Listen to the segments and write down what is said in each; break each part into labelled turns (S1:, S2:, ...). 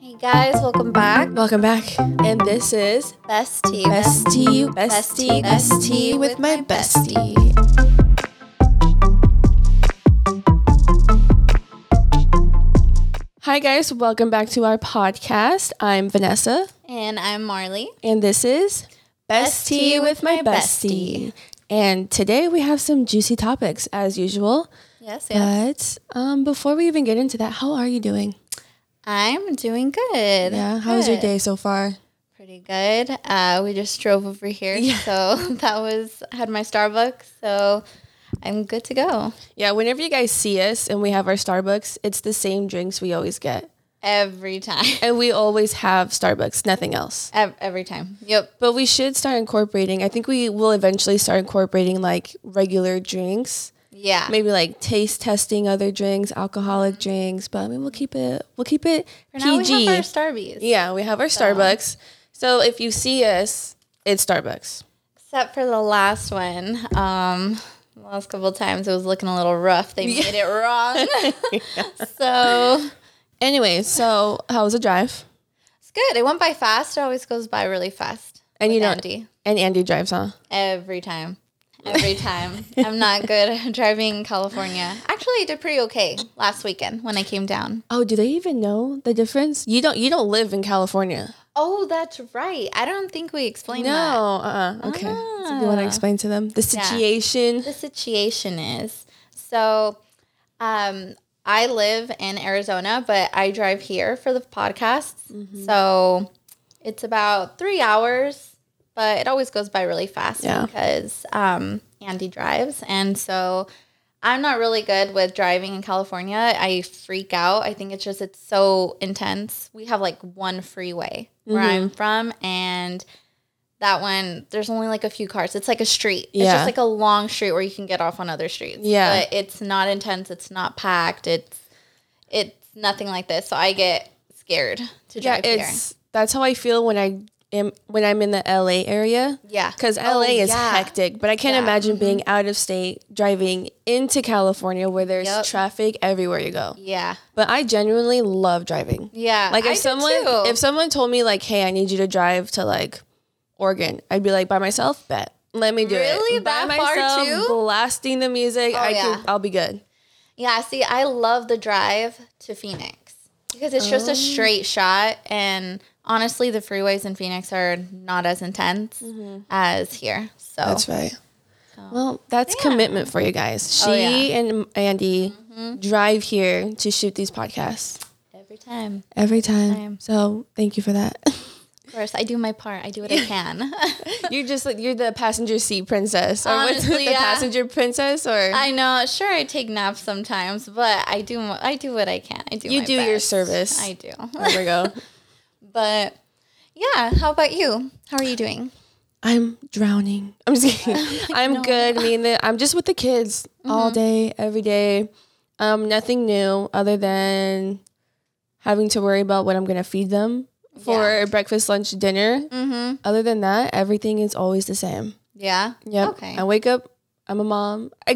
S1: Hey guys, welcome back.
S2: Welcome back, and this is
S1: Bestie.
S2: Bestie, Bestie, Bestie with my bestie. Hi, guys, welcome back to our podcast. I'm Vanessa,
S1: And I'm Marley.
S2: and this is
S1: Bestie with my bestie.
S2: And today we have some juicy topics as usual.
S1: Yes, yes.
S2: But um, before we even get into that, how are you doing?
S1: I'm doing good.
S2: Yeah, how was your
S1: Good.
S2: day so far?
S1: Pretty good. Uh, we just drove over here, so that was had my Starbucks, so I'm good to go.
S2: Yeah, whenever you guys see us and we have our Starbucks, it's the same drinks we always get.
S1: Every time.
S2: And we always have Starbucks, nothing else.
S1: Ev- Every time. Yep.
S2: But we should start incorporating, I think we will eventually start incorporating like regular drinks,
S1: Yeah.
S2: maybe like taste testing other drinks, alcoholic drinks, but I mean, we'll keep it, we'll keep it
S1: For now
S2: PG.
S1: we have our Starbies.
S2: yeah, we have our Starbucks. So if you see us, it's Starbucks.
S1: Except for the last one. Um the last couple times it was looking a little rough. They made it wrong. So
S2: Anyway, so how was the drive?
S1: It's good. It went by fast. It always goes by really fast.
S2: And you
S1: with
S2: know-
S1: Andy.
S2: And Andy drives, huh?
S1: every time, every time. I'm not good at driving in California. Actually, I did pretty okay last weekend when I came down.
S2: Oh, do they even know the difference? You don't. You don't live in California.
S1: Oh, that's right. I don't think we explained
S2: No.
S1: that.
S2: Uh. uh Okay. So you want to explain to them the situation?
S1: The situation is so. Um, I live in Arizona, but I drive here for the podcast. So it's about three hours, but it always goes by really fast
S2: Yeah.
S1: because um, Andy drives. And so I'm not really good with driving in California. I freak out. I think it's just, it's so intense. We have like one freeway where I'm from, and that one, there's only like a few cars. It's like a street. It's
S2: Yeah.
S1: just like a long street where you can get off on other streets.
S2: Yeah.
S1: But it's not intense. It's not packed. It's, it's nothing like this. So I get scared to drive here.
S2: it's that's how I feel when I am when I'm in the LA area
S1: Yeah.
S2: because LA
S1: Oh,
S2: is
S1: yeah.
S2: hectic. But I can't
S1: Yeah,
S2: imagine being out of state driving into California where there's
S1: Yup.
S2: traffic everywhere you go.
S1: Yeah.
S2: But I genuinely love driving.
S1: Yeah.
S2: Like
S1: I
S2: if
S1: did
S2: someone
S1: too.
S2: if someone told me like, hey, I need you to drive to like Oregon, I'd be like, by myself, bet. Let me do it.
S1: Really?
S2: By
S1: That far,
S2: myself,
S1: too? Oh,
S2: blasting the music. I
S1: yeah.
S2: can I'll be good.
S1: Yeah, see, I love the drive to Phoenix because it's
S2: Oh.
S1: just a straight shot. And honestly, the freeways in Phoenix are not as intense as here. So
S2: Mm-hmm. That's right. Well, that's commitment for you guys. She
S1: Oh, yeah. Mm-hmm.
S2: and Andy drive here to shoot these podcasts
S1: every time,
S2: every time.
S1: Time.
S2: So thank you for that.
S1: of course, I do my part, I do what I can.
S2: you're just like you're the passenger seat princess, or what's
S1: Honestly,
S2: it, the
S1: yeah.
S2: passenger princess, or
S1: I know, sure, I take naps sometimes, but I do, mo- I do what I can. I do.
S2: you
S1: my
S2: do your
S1: best.
S2: service.
S1: I do,
S2: there we go.
S1: but yeah. How about you? How are you doing?
S2: I'm drowning. I'm just kidding. I'm good. I mean, the, I'm just with the kids
S1: Mm-hmm.
S2: all day, every day. Um, nothing new other than having to worry about what I'm gonna feed them for breakfast, lunch, dinner.
S1: Mm-hmm.
S2: Other than that, everything is always the same.
S1: Yeah.
S2: Yep.
S1: Okay.
S2: I wake up. I'm a mom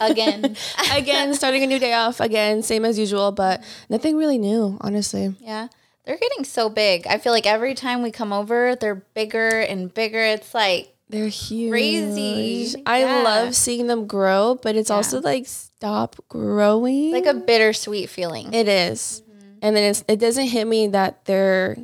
S1: Again.
S2: again, starting a new day off again, same as usual,
S1: Mm.
S2: but nothing really new, honestly.
S1: Yeah. They're getting so big. I feel like every time we come over, they're bigger and bigger. It's like,
S2: They're huge.
S1: Crazy.
S2: I
S1: Yeah.
S2: love seeing them grow, but it's also like stop growing.
S1: like a Mm-hmm. bittersweet feeling.
S2: It is. And then it's, it doesn't hit me that they're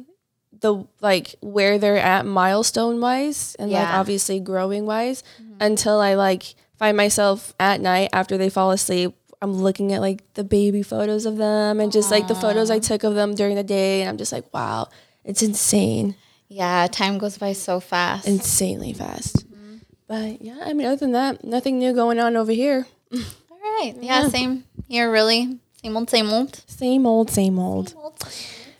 S2: the like where they're at milestone wise and like
S1: Yeah. Mm-hmm.
S2: obviously growing wise until I like find myself at night after they fall asleep. I'm looking at like the baby photos of them and just like the photos I took of them during the day. And I'm just like, wow, it's insane,
S1: yeah, time goes by so fast.
S2: insanely fast. But yeah, I mean, other than that, nothing new going on over here.
S1: All right. Yeah, same here, really. Same old, same old.
S2: Same old, same old.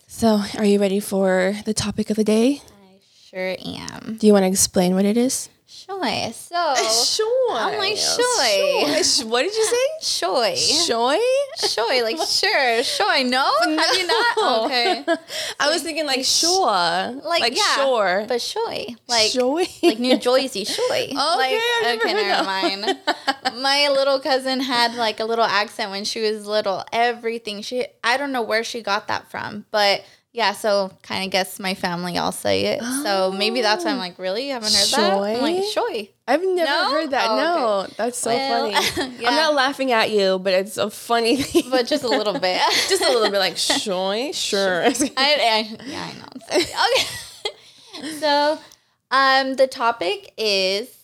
S2: So, are you ready for the topic of the day?
S1: I sure am.
S2: Do you want to explain what it is?
S1: Shoy. So,
S2: Sure.
S1: I'm like, "Shoy."
S2: What did you say?
S1: shoy.
S2: Shoy?
S1: Shoy, like, sure. Shoy, no? Have you not? Okay.
S2: I was thinking like sure. Like,
S1: yeah,
S2: sure.
S1: But shoy. Like,
S2: Shoy?
S1: like New Jersey Shoy. like,
S2: I've never
S1: okay,
S2: heard
S1: never
S2: that.
S1: mind. My little cousin had like a little accent when she was little. Everything she, I don't know where she got that from, but Yeah, so kind of guess my family all say it. So maybe that's
S2: Oh.
S1: why I'm like, really? You haven't heard that? I'm like, shoy.
S2: I've never
S1: No?
S2: heard that.
S1: Oh,
S2: no, that's so
S1: Well,
S2: funny.
S1: yeah.
S2: I'm not laughing at you, but it's a funny thing.
S1: But just a little bit.
S2: just a little bit like, sure, sure.
S1: I, I, yeah, I know. I'm sorry. Okay. so, um, the topic is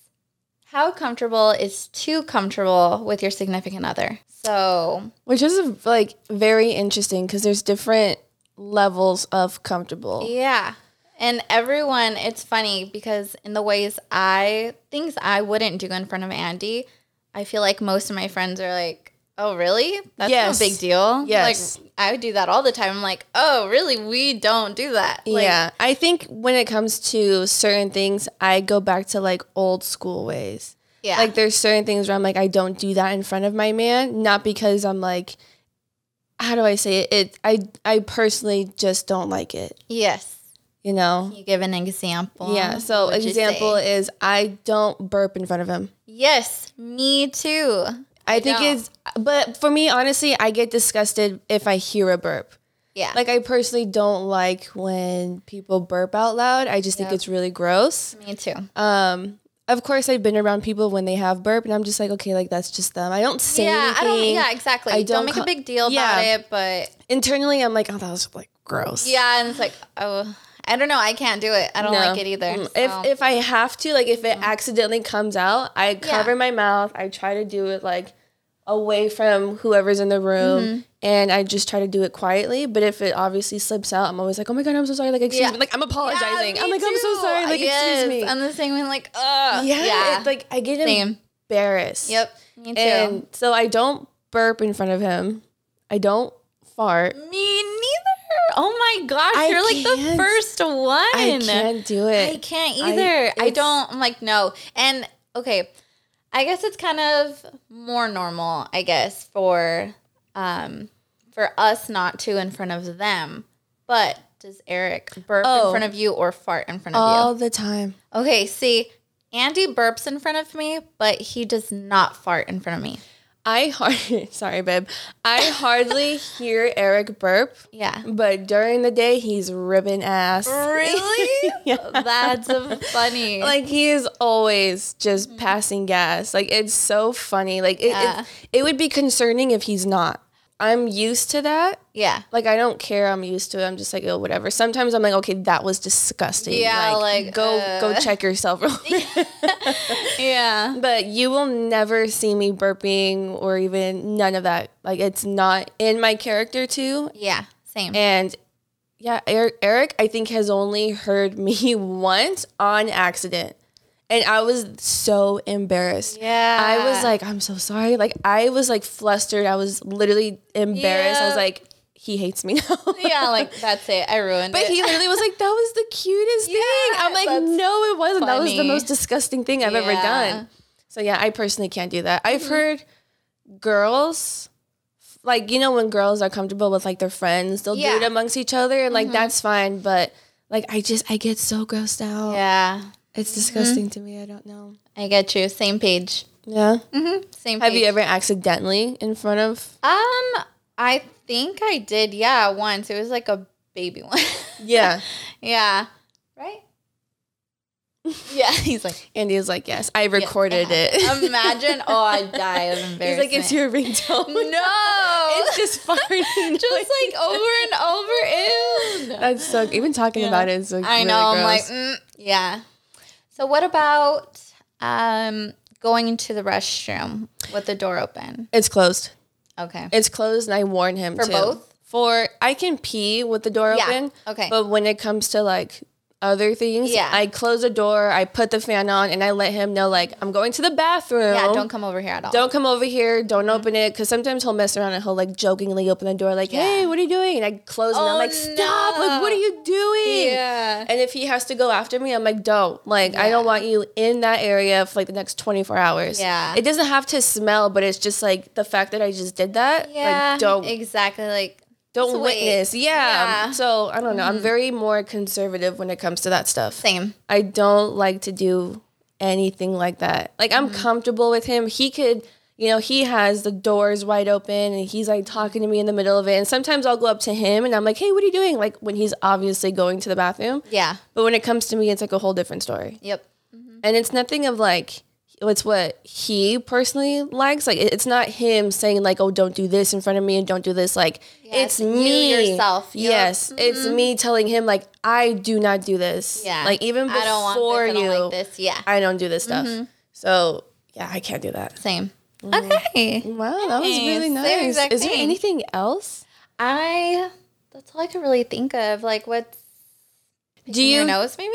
S1: how comfortable is too comfortable with your significant other. So,
S2: Which is like very interesting because there's different levels of comfortable.
S1: yeah. And everyone, it's funny because in the ways I, things I wouldn't do in front of Andy, I feel like most of my friends are like, oh, really? That's
S2: Yes.
S1: no big deal.
S2: Yes.
S1: Like, I do that all the time. I'm like, oh, really? We don't do that. Like,
S2: yeah, I think when it comes to certain things, I go back to like old school ways.
S1: Yeah.
S2: Like there's certain things where I'm like I don't do that in front of my man, not because I'm like how do I say it? It I I personally just don't like it,
S1: yes.
S2: you know.
S1: You give an example.
S2: yeah. So
S1: What'd you
S2: example
S1: say?
S2: is I don't burp in front of him.
S1: Yes, me too.
S2: I think
S1: don't.
S2: it's but for me honestly, I get disgusted if I hear a burp.
S1: Yeah.
S2: Like I personally don't like when people burp out loud. I just think
S1: Yeah.
S2: it's really gross.
S1: me too.
S2: Um of course I've been around people when they have burp and I'm just like, okay, like that's just them. I don't say
S1: yeah, I don't
S2: anything.
S1: yeah, exactly.
S2: I
S1: don't,
S2: don't
S1: make
S2: co-
S1: a big deal
S2: Yeah.
S1: about it, but
S2: Internally I'm like, oh that was like gross.
S1: yeah, and it's like, oh, I don't know, I can't do it. I don't
S2: No.
S1: like it either.
S2: Mm, If
S1: so.
S2: if I have to, like if it accidentally comes out, I cover my mouth. I try to do it like away from whoever's in the room,
S1: Mm-hmm.
S2: and I just try to do it quietly. But if it obviously slips out, I'm always like, "Oh my god, I'm so sorry." Like excuse
S1: Yeah.
S2: me. Like I'm
S1: Yeah,
S2: apologizing.
S1: me
S2: I'm like, "Oh, "I'm so
S1: too.
S2: sorry." Like
S1: Yes,
S2: excuse me.
S1: I'm the same way, like, ugh.
S2: yeah,
S1: yeah.
S2: It, like I get
S1: same.
S2: embarrassed.
S1: Yep. Me too.
S2: And so I don't burp in front of him. I don't fart.
S1: me neither. Oh my gosh,
S2: I
S1: you're like the
S2: can't-
S1: first one.
S2: I can't do
S1: I
S2: it.
S1: can't
S2: I-
S1: either. I,
S2: it's-
S1: don't. I'm like, no. And okay, I guess it's kind of more normal, I guess, for um for us not to in front of them. But does Eric burp
S2: Oh.
S1: in front of you or fart in front of
S2: all the time.
S1: you? Oh. Okay, see, Andy burps in front of me, but he does not fart in front of me.
S2: I hard sorry, babe. I hardly hear Eric burp,
S1: Yeah.
S2: but during the day he's ripping ass.
S1: Really?
S2: Yeah.
S1: That's funny.
S2: Like he is always just passing gas. Like it's so funny. Like it,
S1: Yeah.
S2: it it would be concerning if he's not. I'm used to that.
S1: yeah.
S2: Like I don't care. I'm used to it. I'm just like oh whatever. Sometimes I'm like okay that was disgusting.
S1: Yeah, like,
S2: go
S1: uh.
S2: go check yourself.
S1: Yeah.
S2: But you will never see me burping or even none of that. Like it's not in my character too.
S1: Yeah. Same.
S2: And yeah, Eric, Eric I think has only heard me once on accident. And I was so embarrassed.
S1: yeah.
S2: I was like, I'm so sorry. Like I was like flustered. I was literally embarrassed. I was
S1: Yeah.
S2: like, he hates me now.
S1: yeah, like that's it. I ruined
S2: But
S1: it.
S2: he literally was like, that was the cutest thing. I'm like,
S1: that's
S2: no, it wasn't. That was the
S1: funny.
S2: most disgusting thing I've ever
S1: Yeah. Mm-hmm.
S2: done. So yeah, I personally can't do that. I've heard girls, like, you know, when girls are comfortable with like their friends, they'll
S1: Yeah. Mm-hmm.
S2: do it amongst each other and like that's fine. But like, I just, I get so grossed out.
S1: yeah, Mm-hmm.
S2: It's disgusting to me. I don't know.
S1: I get you. Same page.
S2: Yeah.
S1: Mm-hmm. Same.
S2: Have
S1: page.
S2: you ever accidentally in front of?
S1: Um, I think I did. Yeah, once it was like a baby one.
S2: Yeah.
S1: yeah. Right. Yeah, he's like
S2: Andy is like, yes, I
S1: yeah,
S2: recorded it.
S1: Imagine, oh, I die of
S2: He's
S1: embarrassment.
S2: like, it's your ringtone.
S1: no.
S2: It's just farting.
S1: just like over and over. Ew.
S2: That's so. Even talking
S1: Yeah.
S2: about it is like
S1: I
S2: really
S1: know. I'm like,
S2: gross.
S1: mm, yeah. So what about um going into the restroom with the door open?
S2: it's closed.
S1: Okay.
S2: It's closed, and I warn him
S1: For
S2: too.
S1: both?
S2: For I can pee with the door
S1: Yeah,
S2: open.
S1: okay.
S2: But when it comes to like other things,
S1: Yeah.
S2: I close the door. I put the fan on, and I let him know like I'm going to the bathroom.
S1: yeah, don't come over here at all.
S2: Don't come over here.
S1: Mm-hmm.
S2: Don't open it. Because sometimes he'll mess around and he'll like jokingly open the door, like,
S1: Yeah.
S2: hey, what are you doing? And I close and I'm
S1: Oh,
S2: like, stop.
S1: no.
S2: Like, what are you doing?
S1: Yeah.
S2: And if he has to go after me, I'm like, don't. Like, I don't
S1: Yeah.
S2: want you in that area for like the next 24 hours.
S1: Yeah.
S2: It doesn't have to smell, but it's just like the fact that I just did that.
S1: Yeah.
S2: Like, don't
S1: exactly. Like
S2: don't
S1: just wait.
S2: witness. Yeah.
S1: Yeah. Mm-hmm.
S2: So I don't know. I'm very more conservative when it comes to that stuff.
S1: same.
S2: I don't like to do anything like that. Like I'm comfortable with him. He could, you you know, he has the doors wide open and he's like talking to me in the middle of it. And sometimes I'll go up to him and I'm like, hey, what are you doing? Like when he's obviously going to the bathroom.
S1: Yeah.
S2: But when it comes to me, it's like a whole different story.
S1: Yep.
S2: And it's nothing of like, it's what he personally likes. Like it- it's not him saying like, oh, don't do this in front of me and don't do this. Like
S1: Yes,
S2: it's
S1: you
S2: me.
S1: yourself. Yep.
S2: Yes. It's me telling him like, I do not do this.
S1: Yeah.
S2: Like even before
S1: I don't want this,
S2: you,
S1: I don't like this. Mm-hmm. Yeah.
S2: I don't do this stuff. So yeah, I can't do that.
S1: Same. Mm-hmm. Okay.
S2: Wow, that was really
S1: Nice. Same
S2: nice.
S1: exact
S2: Is there
S1: thing.
S2: anything else?
S1: I. That's all I could really think of. Like what's
S2: Do
S1: your
S2: you?
S1: nose? Maybe.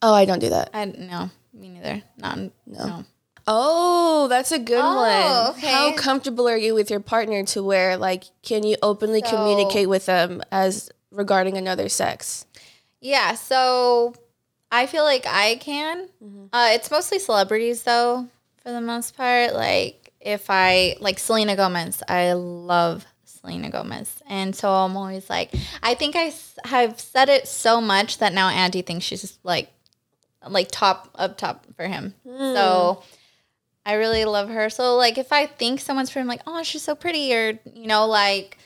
S2: Oh, I don't do that.
S1: I no. Me neither. Not no. no.
S2: Oh, that's a good
S1: Oh,
S2: one.
S1: okay.
S2: How comfortable are you with your partner to where like can you openly
S1: So-
S2: communicate with them as regarding another sex?
S1: Yeah. So I feel like I can. Uh, it's mostly celebrities though, for the most part. Like if I like Selena Gomez, I love Selena Gomez, and so I'm always like, I think I s- have said it so much that now Andy thinks she's just like, like top up top for him. So. I really love her. So like if I think someone's pretty, I'm like, oh, she's so pretty, or you know, like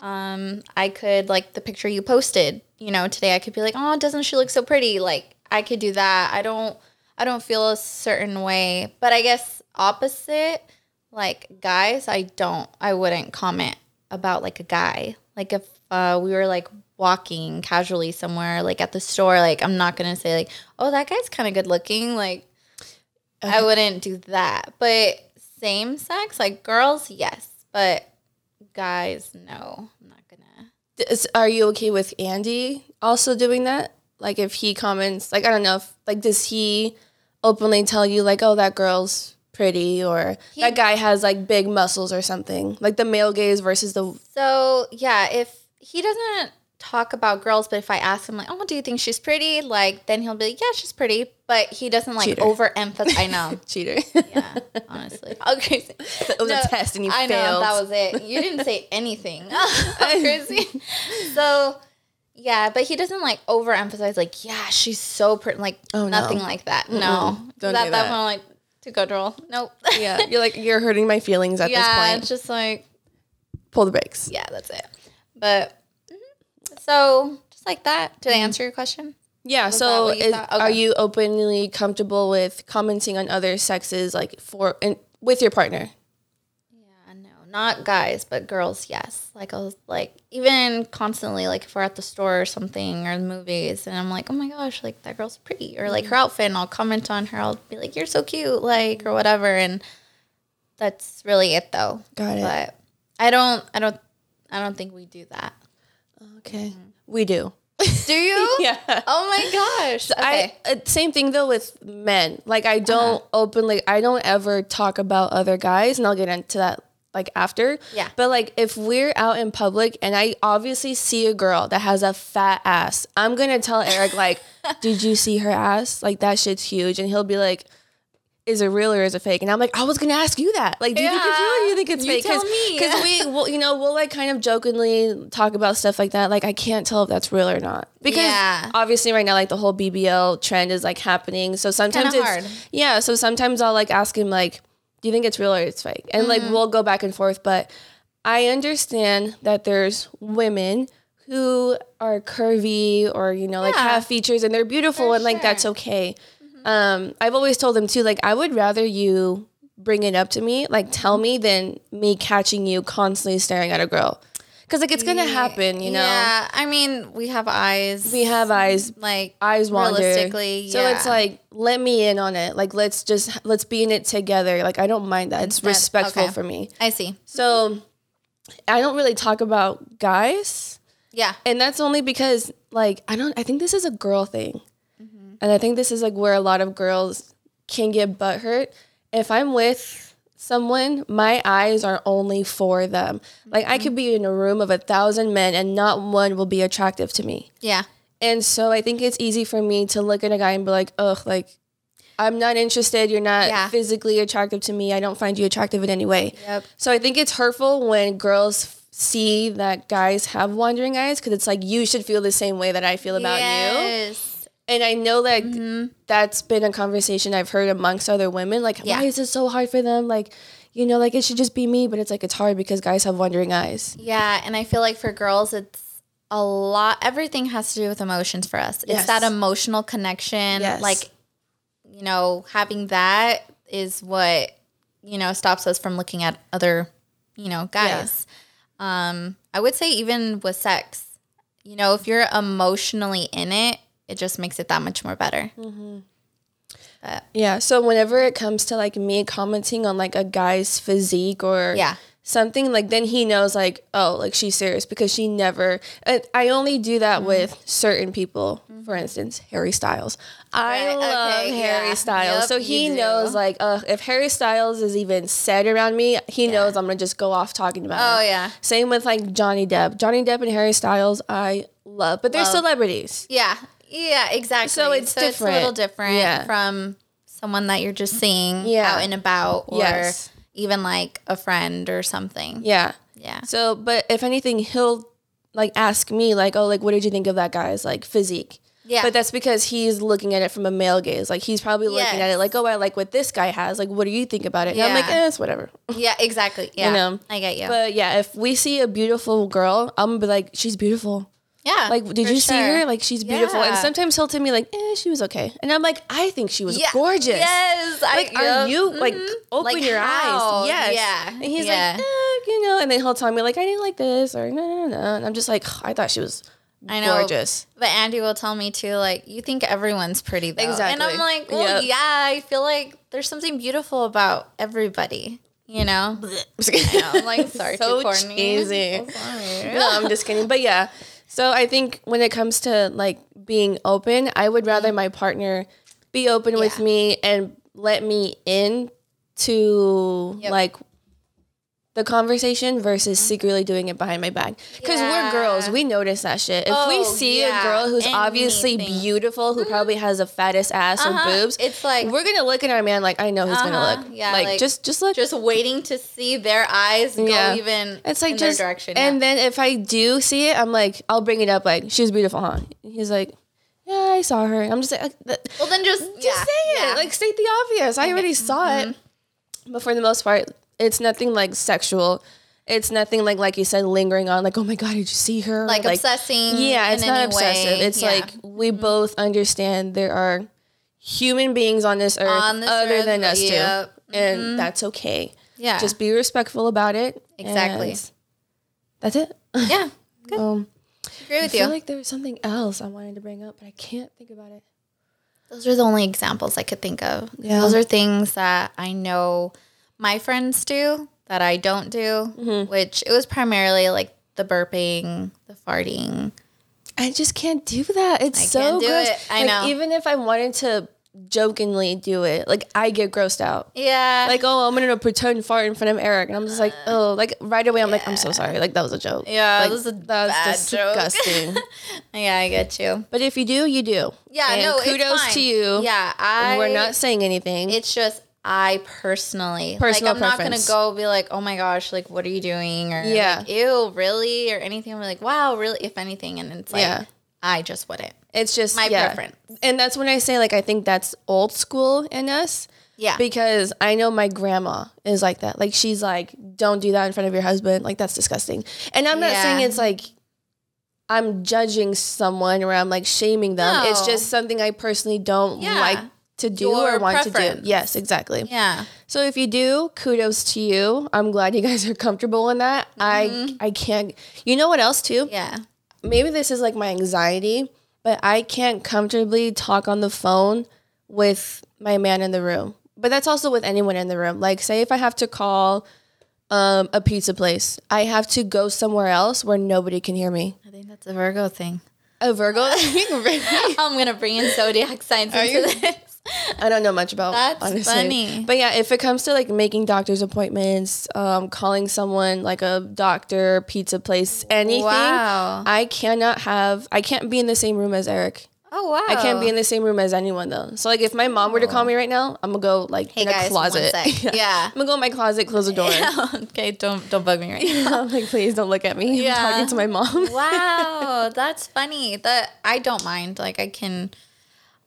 S1: um, I could like the picture you posted, you know, today I could be like, "Oh, doesn't she look so pretty?" Like I could do that. I don't I don't feel a certain way, but I guess opposite like guys, I don't I wouldn't comment about like a guy. Like if uh, we were like walking casually somewhere like at the store, like I'm not going to say like, "Oh, that guy's kind of good looking." Like I wouldn't do that. But same sex, like girls, yes, but guys, no, I'm not gonna.
S2: Is- Are you okay with Andy also doing that? Like if he comments, like I don't know, if, like does he openly tell you like, oh, that girl's pretty or that guy has like big muscles or something? Like the male gaze versus the
S1: So yeah, if he doesn't talk about girls, but if I ask him like, "Oh, do you think she's pretty?" Like then he'll be like, "Yeah, she's pretty," but he doesn't like
S2: Cheater.
S1: overemphasize. I know.
S2: cheater.
S1: Yeah, honestly. Okay.
S2: it was a test and you
S1: I know
S2: failed.
S1: that was it. You didn't say anything. Crazy. So yeah, but he doesn't like overemphasize like, yeah, she's so pretty like
S2: Oh, no.
S1: nothing like that. No.
S2: Mm-mm. Don't
S1: that,
S2: do that.
S1: that one like to go droll. Nope.
S2: yeah, you're like you're hurting my feelings at
S1: yeah,
S2: this
S1: it's
S2: point.
S1: just like
S2: Pull the brakes.
S1: yeah, that's it. But mhm. so just like that.
S2: Mm-hmm.
S1: Did I answer your question?
S2: Yeah.
S1: Was that
S2: so,
S1: what you
S2: is-
S1: thought?
S2: are
S1: Okay.
S2: you openly comfortable with commenting on other sexes, like for and with your partner?
S1: Yeah, no, not guys, but girls. Yes, like I was like even constantly like if we're at the store or something or the movies, and I'm like, oh my gosh, like that girl's pretty, or
S2: Mm-hmm.
S1: like her outfit, and I'll comment on her. I'll be like, you're so cute, like or whatever, and that's really it though.
S2: Got it.
S1: But I don't, I don't, I don't think we do that.
S2: Okay. We do.
S1: Do you?
S2: Yeah.
S1: Oh my gosh. Okay. Uh-huh.
S2: I uh, same thing though with men. Like I don't openly, I don't ever talk about other guys, and I'll get into that like after.
S1: Yeah.
S2: But like if we're out in public and I obviously see a girl that has a fat ass, I'm gonna tell Eric like, "Did you see her ass? Like that shit's huge," and he'll be like. Is it real or is it fake? And I'm like, I was gonna ask you that. Like, do you think it's real or do you think it's
S1: You
S2: fake?
S1: tell me.
S2: Because we, will you know, we'll like kind of jokingly talk about stuff like that. Like, I can't tell if that's real or not because
S1: Yeah.
S2: obviously right now like the whole BBL trend is like happening. So sometimes
S1: Kinda
S2: it's
S1: hard.
S2: yeah. So sometimes I'll like ask him like, do you think it's real or it's fake? And
S1: Mm-hmm.
S2: like we'll go back and forth. But I understand that there's women who are curvy or you know like
S1: Yeah.
S2: have features and they're beautiful and like
S1: sure. Mm-hmm.
S2: that's okay. Um, I've always told them too like I would rather you bring it up to me like tell
S1: Mm-hmm.
S2: me than me catching you constantly staring at a girl because like it's gonna happen you know
S1: Yeah. I mean, we have eyes.
S2: we have eyes
S1: like
S2: eyes wander.
S1: Realistically,
S2: so it's
S1: yeah.
S2: like let me in on it. Like let's just let's be in it together. Like I don't mind that. It's
S1: Instead-
S2: respectful
S1: okay.
S2: for me.
S1: I see.
S2: So I don't really talk about guys,
S1: Yeah.
S2: and that's only because like I don't. I think this is a girl thing,
S1: Mm-hmm.
S2: and I think this is like where a lot of girls can get butthurt. If I'm with someone, my eyes are only for them. Like I could
S1: Mm-hmm.
S2: be in a room of a thousand men, and not one will be attractive to me.
S1: Yeah.
S2: And so I think it's easy for me to look at a guy and be like, ugh, like, I'm not interested. You're not
S1: Yeah.
S2: physically attractive to me. I don't find you attractive in any way.
S1: Yep.
S2: So I think it's hurtful when girls f- see that guys have wandering eyes because it's like, you should feel the same way that I feel about you.
S1: yes.
S2: And I know like
S1: Mm-hmm.
S2: that's been a conversation I've heard amongst other women. Like,
S1: Yeah.
S2: why is it so hard for them? Like, you know, like it should just be me, but it's like it's hard because guys have wandering eyes.
S1: Yeah, and I feel like for girls, it's a lot. Everything has to do with emotions for us. It's
S2: Yes.
S1: that emotional connection.
S2: Yes.
S1: Like, you know, having that is what you know stops us from looking at other, you know, guys. Um, I would say even with sex, you know, if you're emotionally in it, it just makes it that much more better.
S2: Mm.
S1: But,
S2: Yeah. So whenever it comes to like me commenting on like a guy's physique or
S1: yeah.
S2: something like then he knows like oh like she's serious because she never i, I only do that
S1: Mm-hmm.
S2: with certain people for instance harry styles i
S1: Right, okay,
S2: love harry
S1: yeah.
S2: styles
S1: Yep,
S2: so
S1: you
S2: he
S1: do.
S2: knows like uh, if harry styles is even said around me he knows i'm gonna just go off talking about
S1: Oh
S2: him.
S1: yeah.
S2: same with like johnny depp johnny depp and harry styles i love but they're
S1: Love.
S2: celebrities
S1: Yeah. Yeah, exactly.
S2: So it's
S1: a little
S2: different.
S1: different
S2: Yeah.
S1: from someone that you're just seeing
S2: Yeah.
S1: out and about or
S2: Yes.
S1: even like a friend or something. Yeah.
S2: yeah So, but if anything, he'll like ask me like, "Oh, like what did you think of that guy's like physique?"
S1: Yeah.
S2: But that's because he's looking at it from a male gaze. Like he's probably looking at it
S1: Yes.
S2: like, "Oh, I like what this guy has. Like, what do you think about it?" And I'm like,
S1: Yeah.
S2: "Eh, it's whatever."
S1: Yeah, exactly. Yeah.
S2: know.
S1: I get you.
S2: But yeah, if we see a beautiful girl, I'm gonna be like, "She's beautiful."
S1: yeah.
S2: Like, did
S1: for
S2: you see
S1: sure.
S2: her? Like, she's beautiful. And
S1: Yeah.
S2: sometimes he'll tell me like, "Eh, she was okay," and I'm like, "I think she was
S1: Yeah.
S2: gorgeous."
S1: Yes. I-
S2: Like, are
S1: yep.
S2: you like
S1: Mhm.
S2: open
S1: Like,
S2: your
S1: how?
S2: eyes? Yes.
S1: Yeah.
S2: And he's
S1: Yeah.
S2: like, eh, you know, and then he'll tell me like, I didn't like this or no, no, no. And I'm just like, I thought she was
S1: I know.
S2: gorgeous.
S1: But Andy will tell me too, like, you think everyone's pretty though. And
S2: Exactly.
S1: I'm like, well,
S2: Yep.
S1: yeah, I feel like there's something beautiful about everybody, you know? I know, I'm like, sorry,
S2: so
S1: too corny.
S2: cheesy.
S1: So sorry.
S2: no, I'm just kidding. But yeah, so I think when it comes to like being open, I would rather my partner be open with
S1: Yeah.
S2: me and let me in to
S1: Yep. Mm-hmm.
S2: like the conversation versus secretly doing it behind my back. Because we're
S1: Yeah.
S2: girls, we notice that shit. If we
S1: Oh,
S2: see
S1: yeah.
S2: a girl who's obviously
S1: Anything.
S2: beautiful, who probably has a fattest ass
S1: Mm-hmm. Uh-huh.
S2: or boobs,
S1: It's like
S2: we're gonna look at our man like I know he's
S1: Uh-huh.
S2: gonna look.
S1: Yeah,
S2: like,
S1: like,
S2: just just look.
S1: just waiting to see their eyes go
S2: Yeah.
S1: even
S2: It's like
S1: in
S2: just
S1: their direction.
S2: And
S1: yeah.
S2: then if I do see it, I'm like, I'll bring it up. Like she was beautiful, huh? And he's like, Yeah, I saw her. And I'm just like, uh, th-
S1: well, then just
S2: just
S1: yeah,
S2: say it.
S1: yeah. Mm-hmm.
S2: Like state the obvious. I already saw it. But for the most part, it's nothing like sexual. It's nothing like like you said, lingering on. Like, oh my god, did you see her?
S1: Like obsessing
S2: Yeah,
S1: in
S2: it's not
S1: any
S2: obsessive.
S1: way.
S2: It's
S1: Yeah. Mm-hmm.
S2: like we both understand there are human beings on this earth
S1: On this
S2: other
S1: earth,
S2: than us
S1: yep. Mm-hmm.
S2: two, and that's okay.
S1: yeah,
S2: Just be respectful about it.
S1: Exactly.
S2: and That's it.
S1: yeah. Good.
S2: Um,
S1: Agree
S2: I
S1: with you.
S2: feel like there was something else I wanted to bring up, but I can't think about it.
S1: Those are the only examples I could think of.
S2: Yeah.
S1: Those are things that I know my friends do that I don't do,
S2: Mm-hmm.
S1: which it was primarily like the burping, the farting.
S2: I just can't do that. It's
S1: I
S2: so
S1: can't do
S2: gross.
S1: it. I
S2: like,
S1: know.
S2: Even if I wanted to jokingly do it, like I get grossed out.
S1: Yeah.
S2: Like, oh, I'm gonna pretend fart in front of Eric, and I'm just like, oh, like right away, I'm like, I'm so sorry. Like that was a joke.
S1: Yeah,
S2: like,
S1: this is a
S2: that's
S1: bad joke.
S2: disgusting.
S1: yeah, I get you.
S2: but if you do, you do.
S1: Yeah,
S2: And
S1: no, it's
S2: kudos
S1: fine.
S2: to you.
S1: Yeah, I
S2: We're not saying anything.
S1: It's just I personally
S2: Personal
S1: like I'm
S2: preference.
S1: not gonna go be like, oh my gosh, like what are you doing? Or
S2: Yeah.
S1: like, ew, really? Or anything. I'm like, wow, really? If anything, and it's like
S2: Yeah.
S1: I just wouldn't.
S2: It's just
S1: My
S2: yeah.
S1: preference.
S2: and that's when I say like I think that's old school in us.
S1: Yeah.
S2: because I know my grandma is like that. Like she's like, don't do that in front of your husband. Like that's disgusting. And I'm not
S1: Yeah.
S2: saying it's like I'm judging someone or I'm like shaming them. It's
S1: No.
S2: just something I personally don't
S1: Yeah.
S2: like to do or
S1: Your
S2: want to
S1: preference.
S2: do. Yes, exactly.
S1: yeah.
S2: So if you do, kudos to you. I'm glad you guys are comfortable in that.
S1: Mm-hmm.
S2: I I can't. You know what else too?
S1: Yeah.
S2: maybe this is like my anxiety, but I can't comfortably talk on the phone with my man in the room. But that's also with anyone in the room. Like, say if I have to call um, a pizza place, I have to go somewhere else where nobody can hear me.
S1: I think that's a Virgo thing.
S2: A Virgo? I
S1: I'm gonna bring in zodiac signs into
S2: you-
S1: this.
S2: don't know much about.
S1: That's
S2: honestly.
S1: funny.
S2: But yeah, if it comes to like making doctor's appointments, um, calling someone like a doctor, pizza place, anything,
S1: Wow.
S2: I cannot have. I can't be in the same room as Eric.
S1: Oh wow.
S2: I can't be in the same room as anyone though. So like if my mom were to call me right now, I'm gonna go like
S1: Hey
S2: in a
S1: guys, one
S2: closet.
S1: sec. Yeah.
S2: I'm gonna go in my closet, close the door.
S1: okay, don't don't bug me right now.
S2: I'm like, please don't look at me.
S1: Yeah.
S2: I'm talking to my mom.
S1: wow that's funny that i don't mind like i can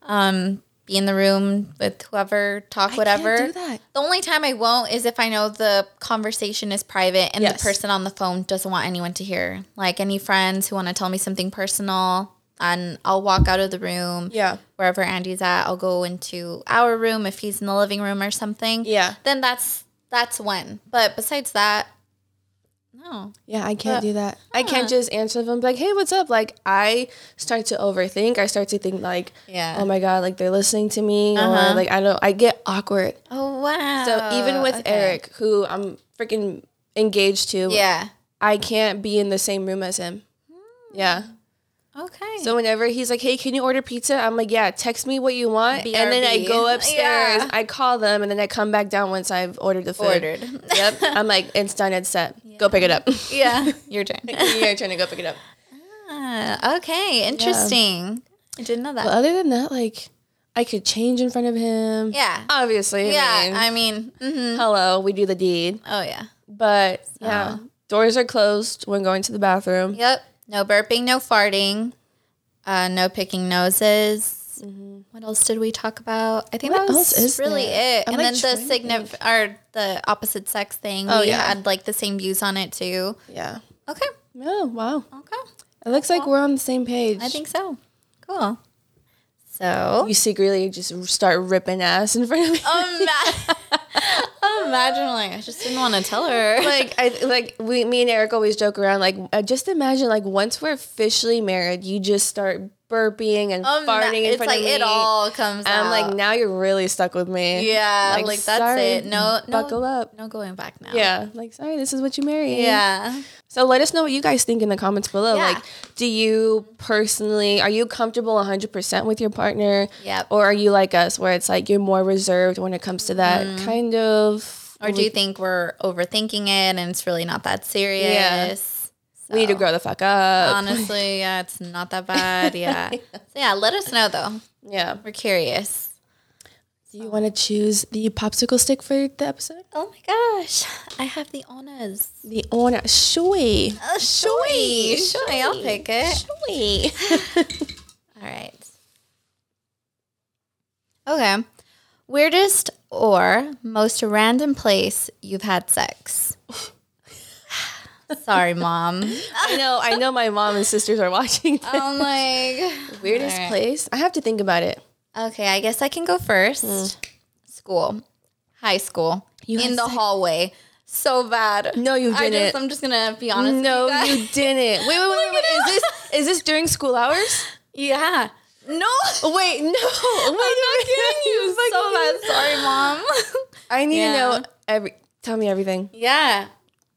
S1: um be in the room with whoever, talk whatever.
S2: do that.
S1: The only time I won't is if I know the conversation is private and
S2: Yes.
S1: the person on the phone doesn't want anyone to hear. Like any friends who want to tell me something personal, and I'll walk out of the room.
S2: Yeah.
S1: Wherever Andy's at, I'll go into our room if he's in the living room or something.
S2: Yeah.
S1: Then that's that's when. But besides that, no.
S2: Yeah, I can't
S1: But-
S2: do that. I can't just answer them like, "Hey, what's up?" Like I start to overthink. I start to think like,
S1: Yeah.
S2: "Oh my god, like they're listening to me,"
S1: Uh-huh.
S2: or like I don't. I get awkward.
S1: Oh wow.
S2: So even with
S1: Okay.
S2: Eric, who I'm freaking engaged to,
S1: Yeah.
S2: I can't be in the same room as him. Yeah.
S1: Okay.
S2: So whenever he's like, "Hey, can you order pizza?" I'm like, "Yeah, text me what you want." And then I
S1: BRB.
S2: go
S1: Yeah.
S2: upstairs. I call them, and then I come back down once I've ordered the food.
S1: ordered.
S2: Yep. I'm like, "It's done. It's set. Go pick it up."
S1: yeah. Your turn.
S2: You're trying to go pick it up.
S1: Ah, okay. Interesting. I didn't know that.
S2: But other than that, like, I could change in front of him.
S1: yeah.
S2: Obviously. I
S1: yeah.
S2: mean,
S1: I mean. mhm.
S2: hello, we do the deed.
S1: Oh yeah.
S2: But yeah, doors are closed when going to the bathroom.
S1: Yep. No burping. No farting. Uh, no picking noses. What else did we talk about? I think
S2: Mm-hmm. What
S1: that
S2: else
S1: was
S2: is
S1: really
S2: there?
S1: it.
S2: I'm,
S1: and
S2: like,
S1: then the
S2: trying to think.
S1: signif- or the opposite sex thing.
S2: Oh,
S1: we
S2: yeah.
S1: had like the same views on it too.
S2: Yeah.
S1: Okay.
S2: Oh, wow.
S1: Okay.
S2: It looks like we're on the same page.
S1: I think so. Cool. So um,
S2: you secretly just start ripping ass in front of
S1: Oh,
S2: me.
S1: Ima- imagine like I just didn't want to tell her.
S2: Like I like we me and Eric always joke around like uh, just imagine like once we're officially married you just start burping and
S1: Um, that-
S2: farting in
S1: it's
S2: front
S1: like
S2: of me.
S1: it all comes
S2: I'm
S1: out.
S2: like now you're really stuck with me.
S1: yeah, like,
S2: like,
S1: that's
S2: sorry,
S1: it. No, no,
S2: Buckle up.
S1: no going back now.
S2: Yeah, like sorry, this is what you married.
S1: yeah.
S2: So let us know what you guys think in the comments below.
S1: Yeah.
S2: Like, do you personally are you comfortable 100% with your partner?
S1: Yep.
S2: Or are you like us where it's like you're more reserved when it comes to that kind of
S1: Mm-hmm. Or do you think we're overthinking it and it's really not that serious?
S2: we need to grow the fuck up?
S1: Honestly, yeah, it's not that bad. Yeah. so yeah, let us know though.
S2: yeah.
S1: We're curious.
S2: Do you want to choose the popsicle stick for the episode?
S1: Oh my gosh, I have the honors.
S2: The Ona Shui.
S1: Uh, sure, sure, I'll pick it.
S2: Shui.
S1: All right. Okay. Weirdest or most random place you've had sex? Sorry, mom.
S2: I know, I know my mom and sisters are watching. this.
S1: I'm like,
S2: Weirdest
S1: all right.
S2: place? I have to think about it.
S1: okay, I guess I can go first. School, high school,
S2: Mm. You
S1: in
S2: had
S1: the
S2: sex-
S1: hallway. So bad.
S2: No, you
S1: I just,
S2: didn't.
S1: I'm just gonna be honest. with
S2: No,
S1: you guys.
S2: you didn't. Wait, wait, wait, wait. wait. Is this is this during school hours?
S1: yeah. No,
S2: Wait, no. I'm not kidding you.
S1: so bad. Sorry, mom.
S2: I need
S1: Yeah.
S2: to know every. Tell me everything.
S1: Yeah.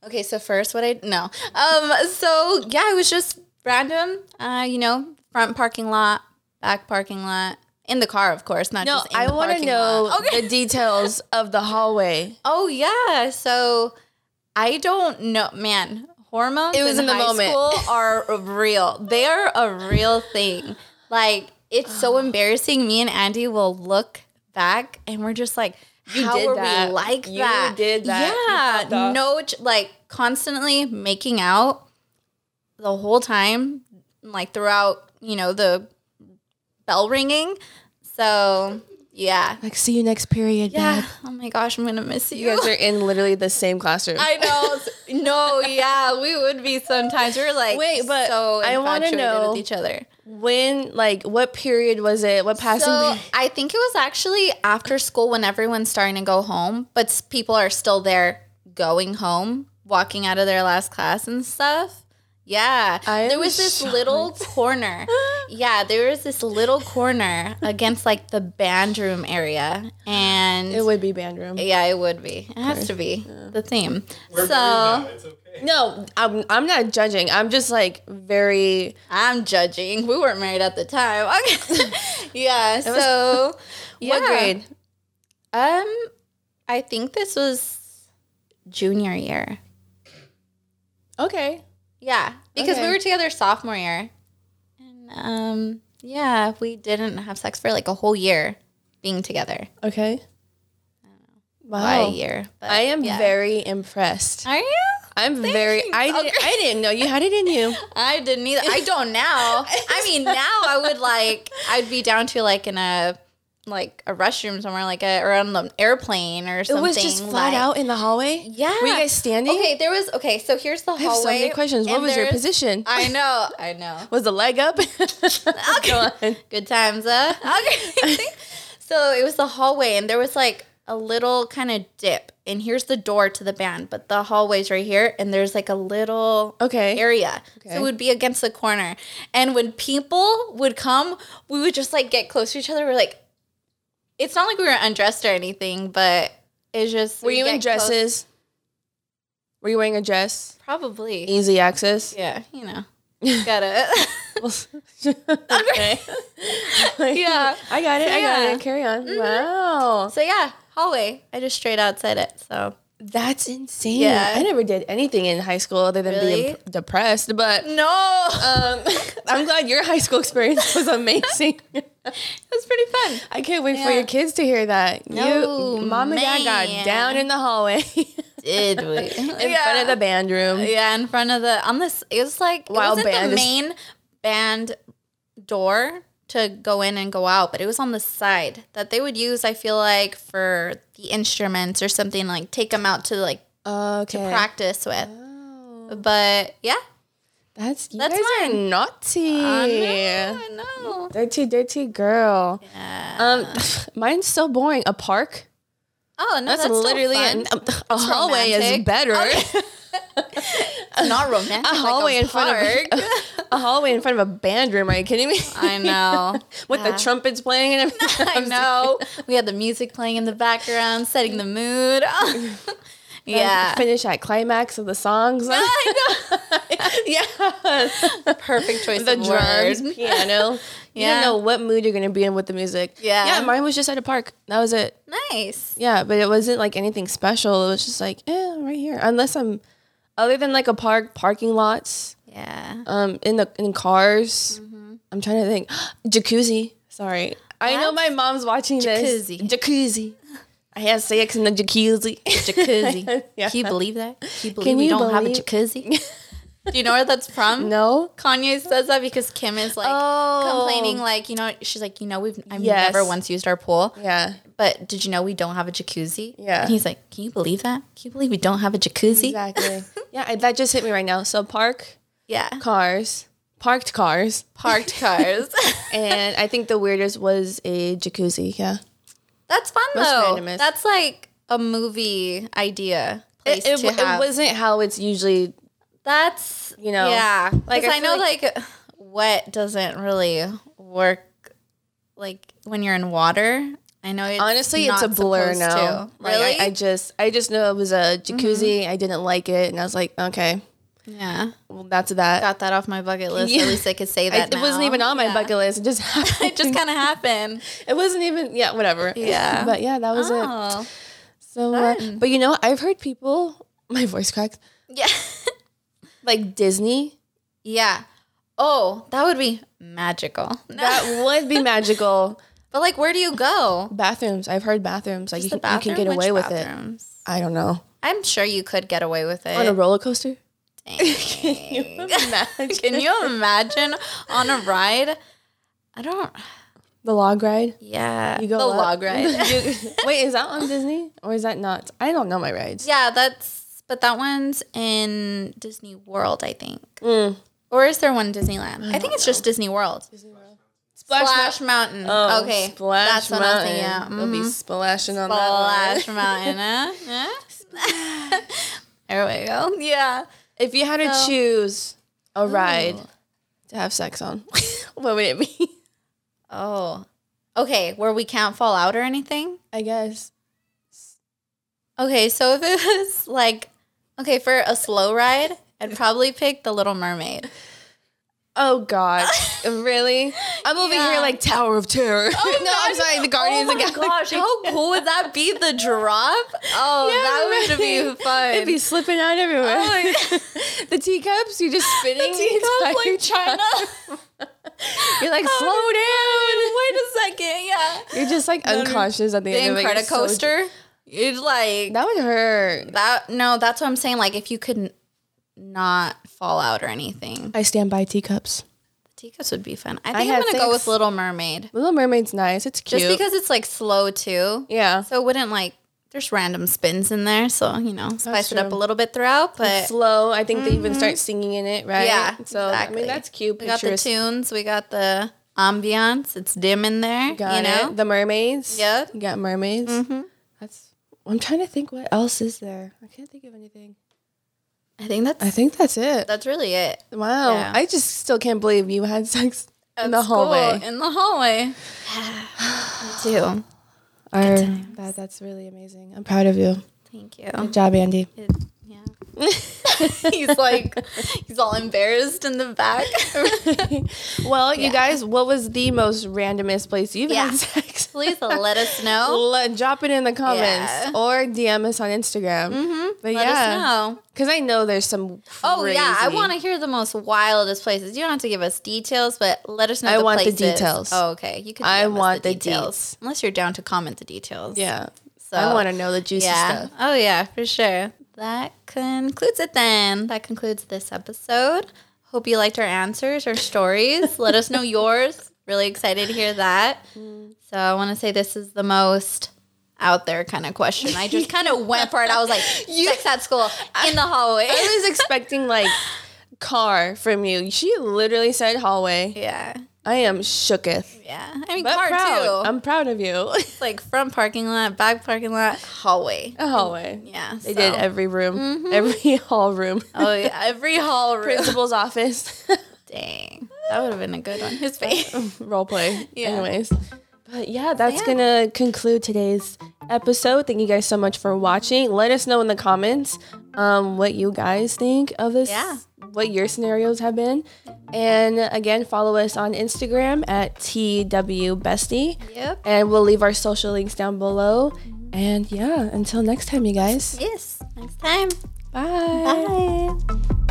S1: Okay, so first what I no. Um so yeah, it was just random. Uh, you know, front parking lot, back parking lot. In the car, of course, not
S2: No,
S1: just in
S2: I
S1: the
S2: want to
S1: parking
S2: know
S1: lot. Okay.
S2: the details of the hallway.
S1: Oh yeah. So I don't know man, hormones
S2: It was in the
S1: high
S2: moment.
S1: school are real. They are a real thing. Like it's so embarrassing. Me and Andy will look back and we're just like
S2: You
S1: how
S2: did
S1: were
S2: that.
S1: we like
S2: You
S1: that?
S2: did that. You popped
S1: Yeah.
S2: off.
S1: No ch- like constantly making out the whole time like throughout, you know, the bell ringing. So, yeah.
S2: Like, see you next period.
S1: Yeah. Oh my gosh, I'm going to miss
S2: You guys are in literally the same classroom.
S1: I know. No, yeah, we would be sometimes. We are like,
S2: Wait, but
S1: so
S2: I wanna
S1: infatuated
S2: know-
S1: with each other.
S2: when, like, what period was it? What passing?
S1: So
S2: period?
S1: I think it was actually after school when everyone's starting to go home, but s- people are still there going home, walking out of their last class and stuff. Yeah,
S2: I
S1: there
S2: am
S1: was this little corner. Yeah, there was this little corner against like the band room area, and
S2: It would be band room.
S1: yeah, it would be. It has to be the theme.
S3: We're
S1: so
S3: married now. It's okay.
S2: No, I'm, I'm not judging. I'm just like very.
S1: I'm judging. We weren't married at the time. Okay. yeah. So, yeah.
S2: What grade?
S1: Um, I think this was junior year.
S2: Okay.
S1: Yeah, because
S2: Okay.
S1: we were together sophomore year, and um, yeah, we didn't have sex for like a whole year being together.
S2: Okay.
S1: By
S2: Wow.
S1: a year, but
S2: Oh, I am
S1: yeah.
S2: very impressed.
S1: Are you?
S2: I'm very. I
S1: Okay.
S2: didn't. I didn't know you had it in you.
S1: I didn't either. I don't now. I mean, now I would like. I'd be down to like in a like a restroom somewhere like a, or on an airplane or
S2: It
S1: something.
S2: was just flat
S1: like-
S2: out in the hallway.
S1: Yeah.
S2: Were you guys standing?
S1: Okay, there was okay. So here's the
S2: I have
S1: hallway.
S2: so many questions. What
S1: and
S2: was your
S1: there's-
S2: position?
S1: I know, I know.
S2: was the leg up? Go on.
S1: Good times, huh? Okay. so it was the hallway, and there was like a little kind of dip. And here's the door to the band, but the hallway's right here, and there's like a little
S2: Okay.
S1: area. So
S2: Eh, Okay.
S1: it would be against the corner. And when people would come, we would just like get close to each other. We're like, it's not like we were undressed or anything, but it's just.
S2: Were
S1: we
S2: you in
S1: get close-
S2: dresses? Were you wearing a dress?
S1: Probably.
S2: Easy access.
S1: Yeah, you know. Gotta.
S2: okay.
S1: Yeah.
S2: I got it. I got
S1: Yeah. Mm-hmm.
S2: it. Carry on. Wow.
S1: so yeah, hallway. I just straight out said it. So.
S2: That's insane.
S1: Yeah.
S2: I never did anything in high school other than being
S1: Really? Mm.
S2: p- depressed, but
S1: No.
S2: um, I'm glad your high school experience was amazing.
S1: It was pretty fun.
S2: I can't wait for
S1: Yeah.
S2: your kids to hear that.
S1: No,
S2: you, mom and dad got
S1: man.
S2: down in the hallway in
S1: Did we?
S2: front of the band room.
S1: yeah, in front of the on this. It was like it
S2: Wild
S1: wasn't
S2: band
S1: the
S2: is-
S1: main band door to go in and go out, but it was on the side that they would use. I feel like for the instruments or something like take them out to like
S2: Okay.
S1: practice with.
S2: Oh,
S1: But yeah,
S2: that's you
S1: That's
S2: guys are naughty.
S1: I know. I know.
S2: Dirty, dirty girl.
S1: Yeah.
S2: Um, mine's so boring. A park.
S1: oh no,
S2: That's,
S1: that's,
S2: literally
S1: literally
S2: an- a, hallway is
S1: romantic.
S2: better.
S1: not romantic.
S2: A
S1: like
S2: hallway in
S1: park.
S2: front of a hallway in front of a band room. Are you kidding me?
S1: I know.
S2: With the trumpets playing and everything.
S1: I know. We had the music playing in the background, setting the mood. yeah.
S2: Finish at climax of the songs.
S1: I
S2: yes.
S1: know. Perfect choice
S2: The
S1: of
S2: drums,
S1: word.
S2: piano. You don't
S1: Yeah.
S2: know what mood you're gonna be in with the music.
S1: Yeah.
S2: Yeah. Mine was just at a park. That was it.
S1: Nice.
S2: Yeah, but it wasn't like anything special. It was just like, eh, right here. Unless I'm, other than like a park, parking lots,
S1: Yeah.
S2: um, in the in cars. I'm trying to think. jacuzzi. Sorry, I know my mom's watching this.
S1: Jacuzzi.
S2: Jacuzzi. I had sex in the jacuzzi.
S1: Jacuzzi.
S2: Yeah.
S1: Can you believe that? Can you believe
S2: Can
S1: we
S2: you
S1: don't have a
S2: believe-
S1: jacuzzi? Do you know where that's from?
S2: no.
S1: Kanye says that because Kim is like
S2: Oh.
S1: complaining, like you know, she's like, you know, we've I've
S2: Yes.
S1: never once used our pool,
S2: Yeah.
S1: but did you know we don't have a jacuzzi?
S2: Yeah.
S1: And he's like, can you believe that? Can you believe we don't have a jacuzzi?
S2: Exactly. yeah, I, that just hit me right now. So park
S1: Yeah.
S2: cars, parked cars,
S1: Parked cars.
S2: and I think the weirdest was a jacuzzi. Yeah.
S1: That's fun
S2: Most
S1: though.
S2: randomest.
S1: That's like a movie idea.
S2: It,
S1: Place
S2: it,
S1: to
S2: it
S1: have.
S2: wasn't how it's usually
S1: That's
S2: you know,
S1: Yeah,
S2: like,
S1: like
S2: I
S1: I, know,
S2: feel
S1: like, wet doesn't really work. Like when you're in water, I know. It's
S2: honestly it's
S1: not
S2: a blur
S1: supposed
S2: now
S1: to.
S2: Like, I-
S1: Really?
S2: I, just i just know it was a jacuzzi i didn't like it and i was like okay
S1: yeah,
S2: well that's that
S1: got that off my bucket list.
S2: Yeah.
S1: At least I could say
S2: I,
S1: that.
S2: it wasn't
S1: now.
S2: even on my
S1: Yeah.
S2: bucket list it just
S1: It just kind of happened.
S2: it wasn't even yeah whatever
S1: Yeah.
S2: but yeah that was it
S1: Oh,
S2: so uh,
S1: fun.
S2: but you know i've heard people my voice cracked
S1: yeah,
S2: like disney
S1: yeah. Oh, that would be magical.
S2: that would be magical
S1: but like, where do you go?
S2: bathrooms i've heard bathrooms like you,
S1: The
S2: can- you
S1: bathroom?
S2: can get
S1: Which
S2: away with it
S1: bathrooms?
S2: i don't know
S1: I'm sure you could get away with it.
S2: on a roller coaster
S1: Dang.
S2: Can you imagine?
S1: Can you imagine on a ride? I don't.
S2: the log ride
S1: Yeah,
S2: You go
S1: the
S2: up.
S1: log ride.
S2: You- wait, is that on Disney or is that not? I don't know my rides.
S1: yeah, that's. But that one's in Disney World, I think.
S2: Mm.
S1: Or is there one in Disneyland? I, think it's just Disney World.
S2: Splash,
S1: Splash Mountain.
S2: Oh,
S1: okay,
S2: Splash
S1: that's
S2: Mountain.
S1: what I was thinking. Yeah,
S2: They'll be
S1: mhm.
S2: splashing on that
S1: Splash
S2: one.
S1: Mountain. Huh? Huh? there we go. Yeah.
S2: If you had to
S1: So-
S2: choose a ride to have sex on, what would it be?
S1: Oh. Okay, where we can't fall out or anything.
S2: I guess.
S1: Okay, so if it was like, okay, for a slow ride, I'd probably pick The Little Mermaid.
S2: Oh God, really? I'm over
S1: Yeah.
S2: here like Tower of Terror. no, I'm sorry, the Guardians
S1: oh
S2: of
S1: my
S2: the Galaxy.
S1: gosh, how cool would that be? The drop? Oh, that would
S2: right.
S1: be fun.
S2: It'd be slipping out everywhere.
S1: Oh my God.
S2: the teacups, you're just spinning.
S1: Teacup,
S2: inside your
S1: like China. Oh,
S2: You're like,
S1: Wait
S2: slow down.
S1: a second, yeah.
S2: You're just like unconscious at the, end
S1: The
S2: of it. You're
S1: credit
S2: so-
S1: coaster. You'd like
S2: that would hurt.
S1: that. No, that's what I'm saying. Like, if you could n- not fall out or anything,
S2: I stand by teacups.
S1: Tica's would be fun. I
S2: I
S1: think I
S2: had
S1: am gonna go
S2: six.
S1: with Little Mermaid.
S2: Little Mermaid's nice. It's cute.
S1: Just because it's like slow too.
S2: yeah,
S1: So it wouldn't like there's random spins in there, so you know, spice it up
S2: true.
S1: a little bit throughout. But
S2: it's slow. I think they even start singing in it, right?
S1: Eh. Mm-hmm. Yeah,
S2: So I
S1: exactly.
S2: mean, that's cute.
S1: we got the
S2: picturesque.
S1: tunes, we got the ambiance, it's dim in there.
S2: Got
S1: you know?
S2: it. The mermaids.
S1: Yep. Mm-hmm.
S2: You got mermaids. That's. I'm trying to think what else is there. I can't think of anything.
S1: I think that's
S2: I think that's it.
S1: that's really it.
S2: Wow.
S1: Yeah.
S2: I just still can't believe you had sex in the
S1: At school,
S2: hallway.
S1: In the hallway. Me too.
S2: Our- that, that's really amazing. I'm proud of you.
S1: Thank you.
S2: Good job, Andy.
S1: It, yeah. Oh. he's like he's all embarrassed in the back.
S2: well, you guys, what was the most randomest place you've
S1: Yeah.
S2: had sex?
S1: Please let us know.
S2: Let, drop it in the comments
S1: Yeah.
S2: or DM us on Instagram. Mm-hmm. But
S1: Let us
S2: yeah,
S1: know.
S2: because I know there's some.
S1: Oh yeah, I
S2: crazy-
S1: want to hear the most wildest places. You don't have to give us details, but let us know.
S2: I
S1: the
S2: want the
S1: places.
S2: details.
S1: Oh, okay, you can.
S2: I
S1: DM us
S2: want the
S1: details,
S2: deets.
S1: unless you're down to comment the details.
S2: Yeah,
S1: so
S2: I want to know the juicy
S1: Yeah.
S2: stuff.
S1: Oh yeah, for sure. That concludes it then. That concludes this episode. Hope you liked our answers or stories. let us know yours. Really excited to hear that. So I want to say this is the most out there kind of question. I just kind of went for it. I was like, sex at school in the hallway.
S2: I was expecting like car from you. She literally said hallway.
S1: yeah.
S2: I am shooketh.
S1: Yeah, I mean,
S2: But
S1: car
S2: proud.
S1: too.
S2: I'm proud of you.
S1: It's like front parking lot, back parking lot, hallway.
S2: A hallway.
S1: Yeah,
S2: Oh,
S1: Mm-hmm.
S2: They did every room, every hall room.
S1: oh yeah, every hall room.
S2: Principal's office.
S1: Dang, that would have been a good one. His face.
S2: Role play.
S1: Yeah.
S2: Anyways. But yeah, that's
S1: yeah.
S2: gonna conclude today's episode. Thank you guys so much for watching. Let us know in the comments um, what you guys think of this,
S1: Yeah.
S2: what your scenarios have been. And again, follow us on Instagram at TWBestie.
S1: Yep.
S2: And we'll leave our social links down below. And yeah, until next time, you guys.
S1: Yes. Next time.
S2: Bye.
S1: Bye.